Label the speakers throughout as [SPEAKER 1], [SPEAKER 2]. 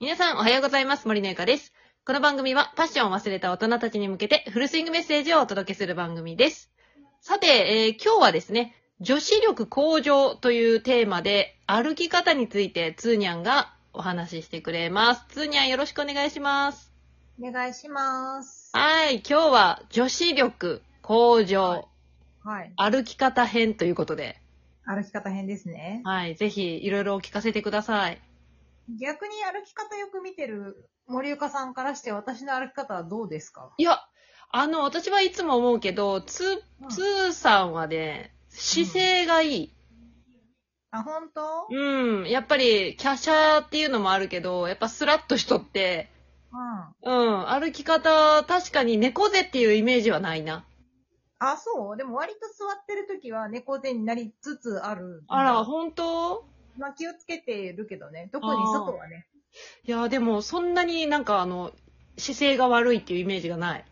[SPEAKER 1] 皆さんおはようございます。森のゆかです。この番組はパッションを忘れた大人たちに向けてフルスイングメッセージをお届けする番組です。さて、えー今日はですね、女子力向上というテーマで歩き方についてつーにゃんがお話ししてくれます。つーにゃんよろしくお願いします。
[SPEAKER 2] お願いします。
[SPEAKER 1] はい、今日は女子力向
[SPEAKER 2] はい
[SPEAKER 1] 上
[SPEAKER 2] はい。
[SPEAKER 1] 歩き方編ということで、
[SPEAKER 2] 歩き方編ですね。
[SPEAKER 1] はい、ぜひいろいろお聞かせてください。
[SPEAKER 2] 逆に歩き方よく見てる森岡さんからして私の歩き方はどうですか
[SPEAKER 1] いや、あの、私はいつも思うけど、つ
[SPEAKER 2] う、ん
[SPEAKER 1] つーさんはね、姿勢がいい。
[SPEAKER 2] あ、本当うん。
[SPEAKER 1] うん。やっぱり、華奢っていうのもあるけど、やっぱスラッとしとって、うん。歩き方、確かに猫背っていうイメージはないな。
[SPEAKER 2] あ、そうでも割と座ってる時は猫背になりつつある。
[SPEAKER 1] あら、本当
[SPEAKER 2] まあ気をつけてるけどね。特に外はね。
[SPEAKER 1] いや、でも、そんなになんかあの、姿勢が悪いっていうイメージがない。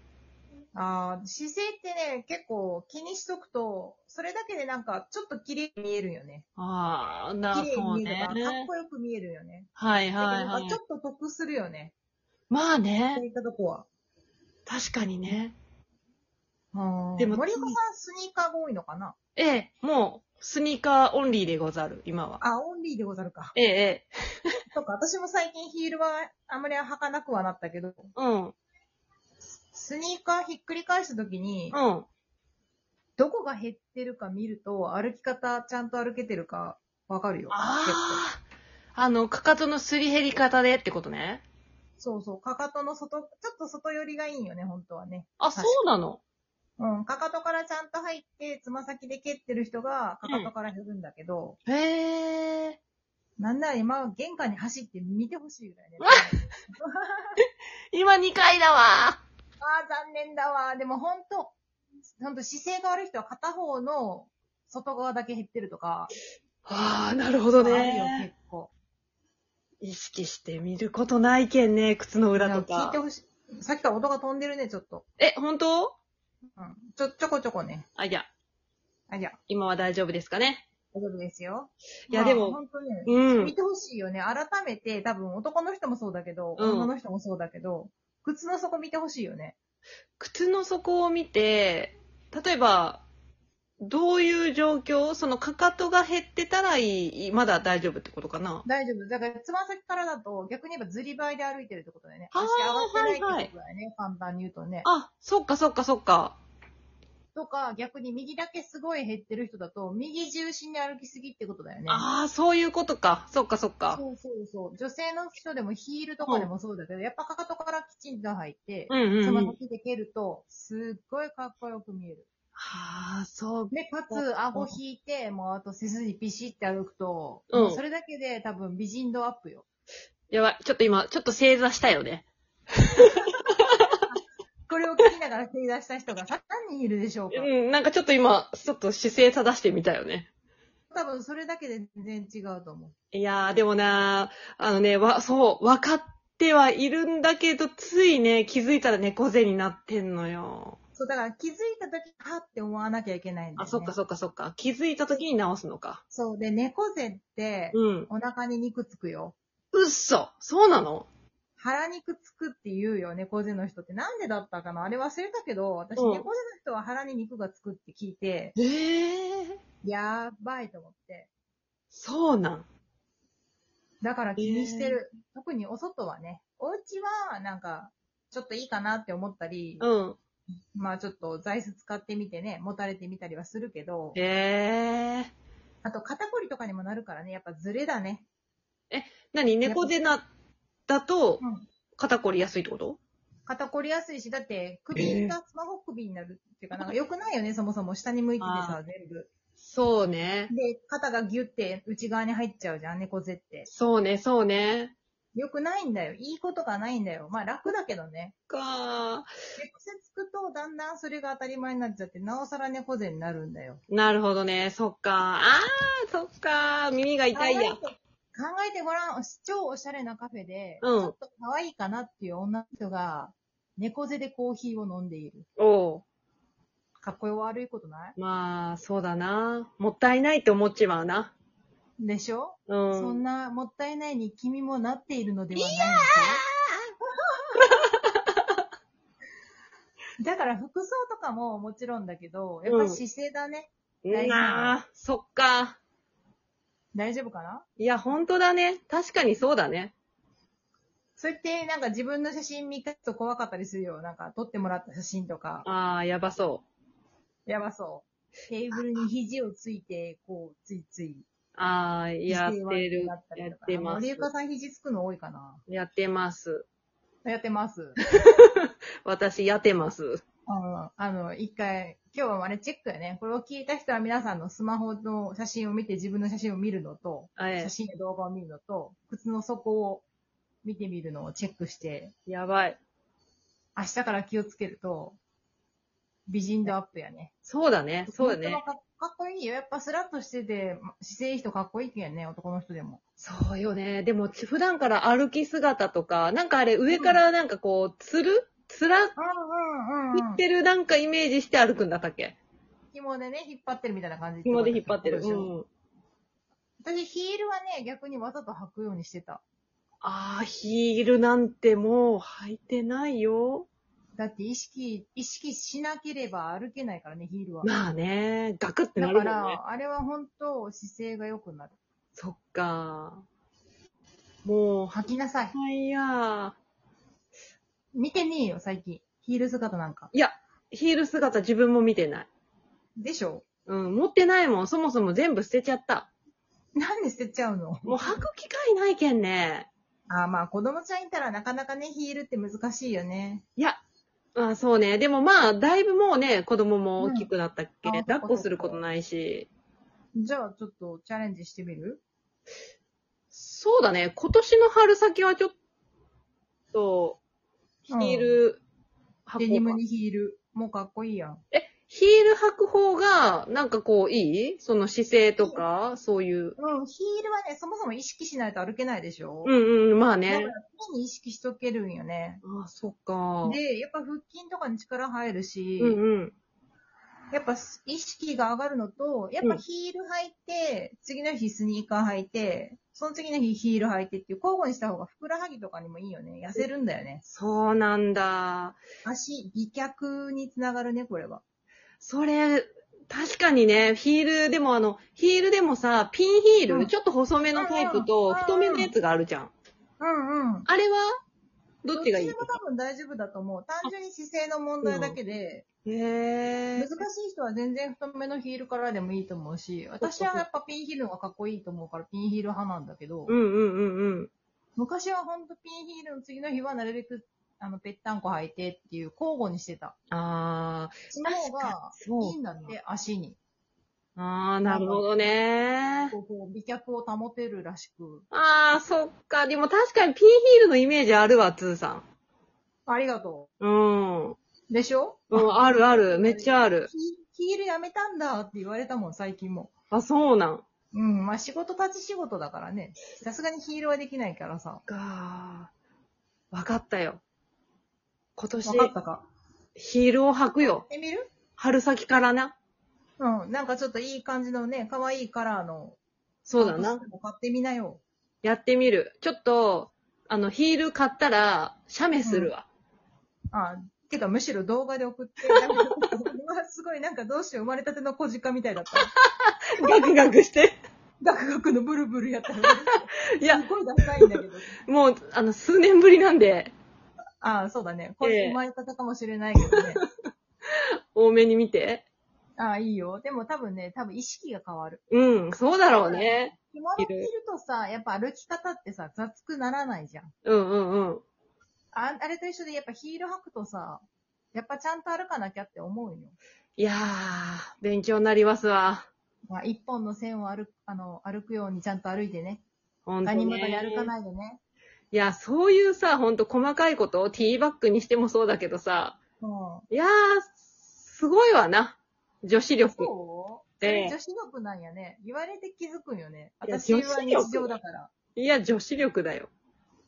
[SPEAKER 2] あー姿勢ってね、結構気にしとくと、それだけでなんかちょっと綺麗に見えるよね。
[SPEAKER 1] ああ、な、
[SPEAKER 2] 綺麗
[SPEAKER 1] そう
[SPEAKER 2] に見える
[SPEAKER 1] ね
[SPEAKER 2] か。ら、かっこよく見えるよね。
[SPEAKER 1] はいはい
[SPEAKER 2] だけどな
[SPEAKER 1] は
[SPEAKER 2] ん
[SPEAKER 1] い
[SPEAKER 2] かちょ。っと得するよね。
[SPEAKER 1] まあ
[SPEAKER 2] そう
[SPEAKER 1] ね、
[SPEAKER 2] いったとこは。
[SPEAKER 1] 確かにね。で
[SPEAKER 2] で
[SPEAKER 1] も
[SPEAKER 2] も森岡さん、スニーカーが多いのかな
[SPEAKER 1] ええ、もう、スニーカーオンリーでござる、今は。
[SPEAKER 2] あ、オンリーでござるか。
[SPEAKER 1] ええ、ええ。
[SPEAKER 2] とか、私も最近ヒールはあまり履かなくはなったけど、
[SPEAKER 1] うん。
[SPEAKER 2] スニーカーひっくり返した時に、
[SPEAKER 1] うん。
[SPEAKER 2] どこが減ってるか見ると、歩き方ちゃんと歩けてるかわかるよ。結構
[SPEAKER 1] ああ。あの、かかとのすり減り方でってことね。
[SPEAKER 2] そうそう、かかとの外、ちょっと外寄りがいいんよね、本当はね。
[SPEAKER 1] あ、そ
[SPEAKER 2] 確か
[SPEAKER 1] うなの
[SPEAKER 2] うん、かかとからちゃんと入って、つま先で蹴ってる人が、かかとから減るんだけど、
[SPEAKER 1] へえ。
[SPEAKER 2] なんなら今は玄関に走って見てほしいぐらいね。
[SPEAKER 1] 今2回だわ
[SPEAKER 2] ああ、残念だわ。でも本当本当姿勢が悪い人は片方の外側だけ減ってるとか、
[SPEAKER 1] ああ、なるほど
[SPEAKER 2] あるよ、
[SPEAKER 1] ね。
[SPEAKER 2] 結構。
[SPEAKER 1] 意識して見ることないけんね、靴の裏と
[SPEAKER 2] 聞い
[SPEAKER 1] か
[SPEAKER 2] て。ほしい。さっきから音が飛んでるね、ちょっと。
[SPEAKER 1] え、本当
[SPEAKER 2] うん。ちょ、ちょこちょこね。
[SPEAKER 1] あ、いや、
[SPEAKER 2] あ、じゃあ、
[SPEAKER 1] 今は大丈夫ですかね。
[SPEAKER 2] 大丈夫ですよ。
[SPEAKER 1] いや
[SPEAKER 2] まあ
[SPEAKER 1] でも
[SPEAKER 2] 本当ね、
[SPEAKER 1] うん
[SPEAKER 2] 見。てほしいよね。改めて、多分男の人もそうだけど、
[SPEAKER 1] うん
[SPEAKER 2] 女の人もそうだけど、靴の底見てほしいよね。
[SPEAKER 1] 靴の底を見て、例えば、どういう状況そのかかとが減ってたらいい、まだ大丈夫ってことかな
[SPEAKER 2] 大丈夫。だから、つま先からだと、逆に言えばずりばいで歩いてるってことだよね。
[SPEAKER 1] あー
[SPEAKER 2] 足上がって
[SPEAKER 1] はいは
[SPEAKER 2] ないいってことだよね。簡単に言うとね。
[SPEAKER 1] あ、そっかそっかそっか。
[SPEAKER 2] とか、逆に右だけすごい減ってる人だと、右重心で歩きすぎってことだよね。
[SPEAKER 1] ああ、そういうことか。そっかそっか。
[SPEAKER 2] そうそうそう。女性の人でもヒールとかでもそうだけど、やっぱかかとからきちんと入って、
[SPEAKER 1] うんうん、
[SPEAKER 2] つ
[SPEAKER 1] う
[SPEAKER 2] ま
[SPEAKER 1] ん。
[SPEAKER 2] 先で蹴ると、すっごいかっこよく見える。
[SPEAKER 1] はあ、そう。
[SPEAKER 2] で、かつ、顎引いて、もうあと背筋ピシって歩くと、
[SPEAKER 1] うん
[SPEAKER 2] もうそれだけで多分美人度アップよ。
[SPEAKER 1] やばい。ちょっと今、ちょっと正座したよね。
[SPEAKER 2] これを聞きながら正座した人 がさ何人いるでしょうか
[SPEAKER 1] うん、なんかちょっと今、ちょっと姿勢正してみたよね。
[SPEAKER 2] 多分それだけで全然違うと思う。
[SPEAKER 1] いやー、でもなー、あのね、わ、そう、分かってはいるんだけど、ついね、気づいたら猫背になってんのよ。
[SPEAKER 2] そう、だから気づいた時、はって思わなきゃいけないんだよ、ね。
[SPEAKER 1] あ、そっかそっかそっか。気づいた時に直すのか。
[SPEAKER 2] そう。で、猫背って、
[SPEAKER 1] うん。
[SPEAKER 2] お腹に肉つくよ。
[SPEAKER 1] うっそそうなの
[SPEAKER 2] 腹肉つくって言うよ、猫背の人って。なんでだったかなあれ忘れたけど、私、
[SPEAKER 1] うん
[SPEAKER 2] 猫背の人は腹に肉がつくって聞いて、
[SPEAKER 1] えー、
[SPEAKER 2] やばいと思って。
[SPEAKER 1] そうなん。
[SPEAKER 2] だから気にしてる。特にお外はね、お家は、なんか、ちょっといいかなって思ったり、
[SPEAKER 1] うん。
[SPEAKER 2] まあちょっと座椅子使ってみてね、持たれてみたりはするけど、
[SPEAKER 1] えー。
[SPEAKER 2] あと肩こりとかにもなるからね、やっぱズレだね。
[SPEAKER 1] 何猫背な、だと
[SPEAKER 2] うん、
[SPEAKER 1] 肩こりやすいってこと
[SPEAKER 2] 肩こりやすいし、だって首がスマホ首になるっていうか、なんか良くないよね、そもそも。下に向いてて
[SPEAKER 1] あ
[SPEAKER 2] さ、全部。
[SPEAKER 1] そうね。
[SPEAKER 2] で、肩がギュって内側に入っちゃうじゃん、猫背って。
[SPEAKER 1] そうね、そうね。
[SPEAKER 2] よくないんだよ。いいことがないんだよ。まあ楽だけどね。
[SPEAKER 1] かー。
[SPEAKER 2] 猫背つくと、だんだんそれが当たり前になっちゃって、なおさら猫背になるんだよ。
[SPEAKER 1] なるほどね。そっか。あー、そっか。耳が痛いや
[SPEAKER 2] 考。えて考えてごらん。超おしゃれなカフェで、
[SPEAKER 1] うん
[SPEAKER 2] ちょっと可愛いかなっていう女の人が、猫背でコーヒーを飲んでいる。
[SPEAKER 1] おう。
[SPEAKER 2] かっこよ悪いことない
[SPEAKER 1] まあ、そうだな。もったいないって思っちまうな。
[SPEAKER 2] でしょ、
[SPEAKER 1] う
[SPEAKER 2] そん
[SPEAKER 1] ん。
[SPEAKER 2] なもったいないに君もなっているのではないかだから服装とかももちろんだけど、やっぱ姿勢だね。
[SPEAKER 1] うんなあ、そっか。
[SPEAKER 2] 大丈夫かない
[SPEAKER 1] や、本当だね。確かにそうだね。
[SPEAKER 2] そうやってなんか自分の写真見返すと怖かったりするよ。なんか撮ってもらった写真とか。
[SPEAKER 1] ああ、やばそう。
[SPEAKER 2] やばそう。テーブルに肘をついて、こう、ついつい。
[SPEAKER 1] ああ、やってる。
[SPEAKER 2] や
[SPEAKER 1] やってます
[SPEAKER 2] 森岡さん肘つくの多いかな
[SPEAKER 1] やってます。
[SPEAKER 2] やってます。
[SPEAKER 1] 私、やってます。
[SPEAKER 2] あの、あの、一回、今日はあれチェックやね。これを聞いた人は皆さんのスマホの写真を見て自分の写真を見るのと、
[SPEAKER 1] え
[SPEAKER 2] 写真や動画を見るのと、靴の底を見てみるのをチェックして、
[SPEAKER 1] え、やばい。
[SPEAKER 2] 明日から気をつけると、美人度アップやね。
[SPEAKER 1] そうだね。そうだね
[SPEAKER 2] 本。当はかかっこいいよ。やっぱスラッとしてて、姿勢いい人かっこいいけんね、男の人でも。
[SPEAKER 1] そうよね。でも、普段から歩き姿とか、なんかあれ、上からなんかこう、つるつらっ
[SPEAKER 2] うん
[SPEAKER 1] 振ってるなんかイメージして歩くんだったっけ
[SPEAKER 2] 紐でね、引っ張ってるみたいな感じ。
[SPEAKER 1] 紐で引っ張ってる。。
[SPEAKER 2] そううそうん私、ヒールはね、逆にわざと履くようにしてた。
[SPEAKER 1] ああ、ヒールなんてもう履いてないよ。
[SPEAKER 2] だって意識、意識しなければ歩けないからね、ヒールは。
[SPEAKER 1] まあね、ガクってな
[SPEAKER 2] だ
[SPEAKER 1] るも
[SPEAKER 2] か
[SPEAKER 1] んね。
[SPEAKER 2] ら、あれは本当姿勢が良くなる。
[SPEAKER 1] そっか。もう、は
[SPEAKER 2] 履きなさい。
[SPEAKER 1] いや。
[SPEAKER 2] 見てねえよ、最近。ヒール姿なんか。
[SPEAKER 1] いや、ヒール姿自分も見てない。
[SPEAKER 2] でしょ
[SPEAKER 1] うん、持ってないもん。そもそも全部捨てちゃった。
[SPEAKER 2] なんで捨てちゃうの
[SPEAKER 1] もう履く機会ないけんね。
[SPEAKER 2] あーまあ子供ちゃんいたらなかなかね、ヒールって難しいよね。
[SPEAKER 1] いや、あーそうね。でもまあ、だいぶもうね、子供も大きくなったっけ、
[SPEAKER 2] うんあー
[SPEAKER 1] 抱っこすることないし。
[SPEAKER 2] じゃあちょっとチャレンジしてみる
[SPEAKER 1] そうだね。今年の春先はちょっと、ヒール、履こうか
[SPEAKER 2] デニムにヒール。もうかっこいいやん。
[SPEAKER 1] ヒール履く方が、なんかこう、いいその姿勢とか、そういう。
[SPEAKER 2] うん、ヒールはね、そもそも意識しないと歩けないでしょ
[SPEAKER 1] うんうん、まあ
[SPEAKER 2] だか
[SPEAKER 1] ね
[SPEAKER 2] ら。常に意識しとけるんよね。
[SPEAKER 1] ああ、そっか。
[SPEAKER 2] で、やっぱ腹筋とかに力入るし、
[SPEAKER 1] うんうん。
[SPEAKER 2] やっぱ意識が上がるのと、やっぱヒール履いて、次の日スニーカー履いて、その次の日ヒール履いてっていう交互にした方がふくらはぎとかにもいいよね。痩せるんだよね。
[SPEAKER 1] そうなんだ。
[SPEAKER 2] 足、美脚につながるね、これは。
[SPEAKER 1] それ、確かにね、ヒール、でもあの、ヒールでもさ、ピンヒール、
[SPEAKER 2] うん
[SPEAKER 1] ちょっと細めのタイプと、
[SPEAKER 2] うんうん
[SPEAKER 1] 太めのやつがあるじゃん。
[SPEAKER 2] うんうん。
[SPEAKER 1] あれはどっちがいい
[SPEAKER 2] どっちでも多分大丈夫だと思う。単純に姿勢の問題だけで、
[SPEAKER 1] へ
[SPEAKER 2] 難
[SPEAKER 1] え
[SPEAKER 2] し。い人は全然太めのヒールからでもいいと思うし、私はやっぱピンヒールがかっこいいと思うからピンヒール派なんだけど、
[SPEAKER 1] うんうんうんうん。
[SPEAKER 2] 昔はほんとピンヒールの次の日はなるべく、あの、ぺったんこ履いてっていう交互にしてた。
[SPEAKER 1] ああ、
[SPEAKER 2] その方が
[SPEAKER 1] そう。
[SPEAKER 2] いいんだって、足に。
[SPEAKER 1] ああ、なるほどね。
[SPEAKER 2] こうこう美脚を保てるらしく。
[SPEAKER 1] ああ、そっか。でも確かにピンヒールのイメージあるわ、つーさ
[SPEAKER 2] ありがと
[SPEAKER 1] ん。うん。う
[SPEAKER 2] う。でしょ
[SPEAKER 1] ん、あるある。めっちゃある。
[SPEAKER 2] ヒヒールやめたんだって言われたもん、最近も。
[SPEAKER 1] あ、そうなん。
[SPEAKER 2] うん、まあ仕事立ち仕事だからね。さすがにヒールはできないからさ。
[SPEAKER 1] かーわかったよ。今年
[SPEAKER 2] わ、かったか
[SPEAKER 1] ヒールを履くよ。
[SPEAKER 2] え、見る
[SPEAKER 1] 春先からな。
[SPEAKER 2] うん、なんかちょっといい感じのね、可愛いカラーの。
[SPEAKER 1] そうだな。。
[SPEAKER 2] 買ってみなよ。
[SPEAKER 1] やってみる。ちょっと、あの、ヒール買ったら、写メするわ。
[SPEAKER 2] あ、てかむしろ動画で送 って、なんかうわすごいなんかどうしよう生まれたての小鹿みたいだ った。
[SPEAKER 1] ガクガクして。
[SPEAKER 2] ガクガクのブルブルやったら、
[SPEAKER 1] い
[SPEAKER 2] す
[SPEAKER 1] や、
[SPEAKER 2] ごいダサいんだけど。
[SPEAKER 1] もう、あの、数年ぶりなんで、
[SPEAKER 2] あそうだね。これ
[SPEAKER 1] ええ
[SPEAKER 2] 生まれたてかもしれないけどね。
[SPEAKER 1] 多めに見て。
[SPEAKER 2] あいいよ。でも多分ね、多分意識が変わる。
[SPEAKER 1] うん、そうだろうね。
[SPEAKER 2] 着物着るとさ、やっぱ歩き方ってさ、雑くならないじゃん。
[SPEAKER 1] うんうんうん。
[SPEAKER 2] ああれと一緒でやっぱヒール履くとさ、やっぱちゃんと歩かなきゃって思うよ。
[SPEAKER 1] いやー、勉強になりますわ。
[SPEAKER 2] まあ、一本の線を歩く、あの、歩くようにちゃんと歩いてね。
[SPEAKER 1] 本当
[SPEAKER 2] 何
[SPEAKER 1] に、
[SPEAKER 2] 事に
[SPEAKER 1] ね。
[SPEAKER 2] 歩かないでね。
[SPEAKER 1] いや、そういうさ、ほんと細かいことをティーバッグにしてもそうだけどさ、
[SPEAKER 2] うん。
[SPEAKER 1] いやー、すごいわな。女子力。
[SPEAKER 2] そうそ
[SPEAKER 1] ええ
[SPEAKER 2] れ女子力なんやね。言われて気づくんよね。
[SPEAKER 1] いや
[SPEAKER 2] 私は
[SPEAKER 1] 女子
[SPEAKER 2] 日
[SPEAKER 1] 力
[SPEAKER 2] 常だから。
[SPEAKER 1] いや、女子力だよ。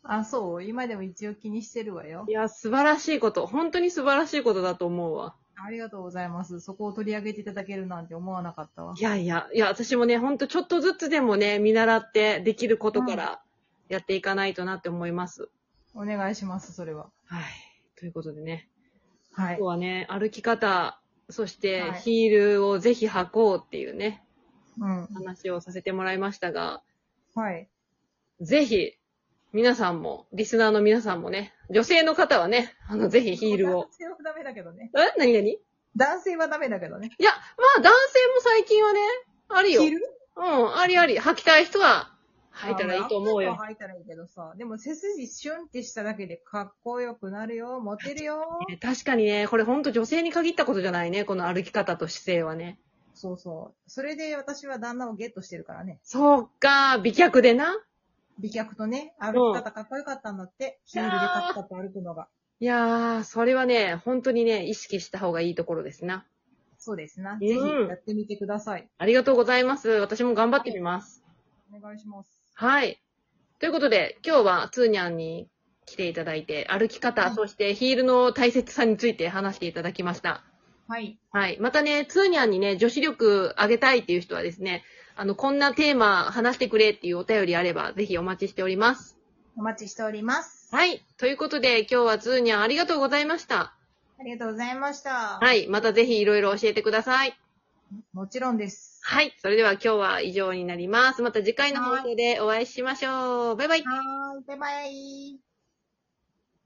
[SPEAKER 2] あ、そう今でも一応気にしてるわよ
[SPEAKER 1] い。や、素晴らしいこと。本当に素晴らしいことだと思うわ。
[SPEAKER 2] ありがとうございます。そこを取り上げていただけるなんて思わなかったわ
[SPEAKER 1] い。やいや、いや、私もね、ほんとちょっとずつでもね、見習ってできることからやっていかないとなって思います。
[SPEAKER 2] お願いします、それは。
[SPEAKER 1] はい。ということでね、
[SPEAKER 2] は
[SPEAKER 1] 今
[SPEAKER 2] い
[SPEAKER 1] 日。はね、歩き方、そして
[SPEAKER 2] はい
[SPEAKER 1] ヒールをぜひ履こうっていうね、
[SPEAKER 2] うん。
[SPEAKER 1] 話をさせてもらいましたが、
[SPEAKER 2] はい。
[SPEAKER 1] ぜひ、皆さんも、リスナーの皆さんもね、女性の方はね、あの、ぜひヒールを
[SPEAKER 2] 男。性はダメだけどね。
[SPEAKER 1] え何々い
[SPEAKER 2] 男性はダメだけどね。
[SPEAKER 1] や、まあ男性も最近はね、ある
[SPEAKER 2] ヒ
[SPEAKER 1] よ。
[SPEAKER 2] ール
[SPEAKER 1] うん、ありあり。履きたい人は履いたらいいと思う
[SPEAKER 2] あ
[SPEAKER 1] よ。
[SPEAKER 2] まあ履いたらいいけどさ。でも背筋シュンってしただけでかっこよくなるよ。モテるよ。
[SPEAKER 1] ね確かにね、これほんと女性に限ったことじゃないね、この歩き方と姿勢はね。
[SPEAKER 2] そうそう。それで私は旦那をゲットしてるからね。
[SPEAKER 1] そうか、美脚でな。
[SPEAKER 2] 美脚とね、歩き方かっこよかったんだって。ヒールでカッカッと歩くのが。
[SPEAKER 1] いやー、それはね、本当にね、意識した方がいいところですな。
[SPEAKER 2] そうですな。
[SPEAKER 1] ん
[SPEAKER 2] ぜひやってみてください。
[SPEAKER 1] ありがとうございます。私も頑張ってみます。
[SPEAKER 2] お願いします。
[SPEAKER 1] はい。ということで、今日はツーニャンに来ていただいて、歩き方、
[SPEAKER 2] うん
[SPEAKER 1] そしてヒールの大切さについて話していただきました。
[SPEAKER 2] はい。
[SPEAKER 1] はい。またね、ツーニャンにね、女子力上げたいっていう人はですね、あの、こんなテーマ話してくれっていうお便りあれば、ぜひお待ちしております。
[SPEAKER 2] お待ちしております。
[SPEAKER 1] はい。ということで、今日はツーニャンありがとうございました。
[SPEAKER 2] ありがとうございました。
[SPEAKER 1] はい。またぜひいろいろ教えてください。
[SPEAKER 2] もちろんです。
[SPEAKER 1] はい。それでは今日は以上になります。また次回の放送でお会いしましょう。バイバイ。
[SPEAKER 2] はーい。バイバイ。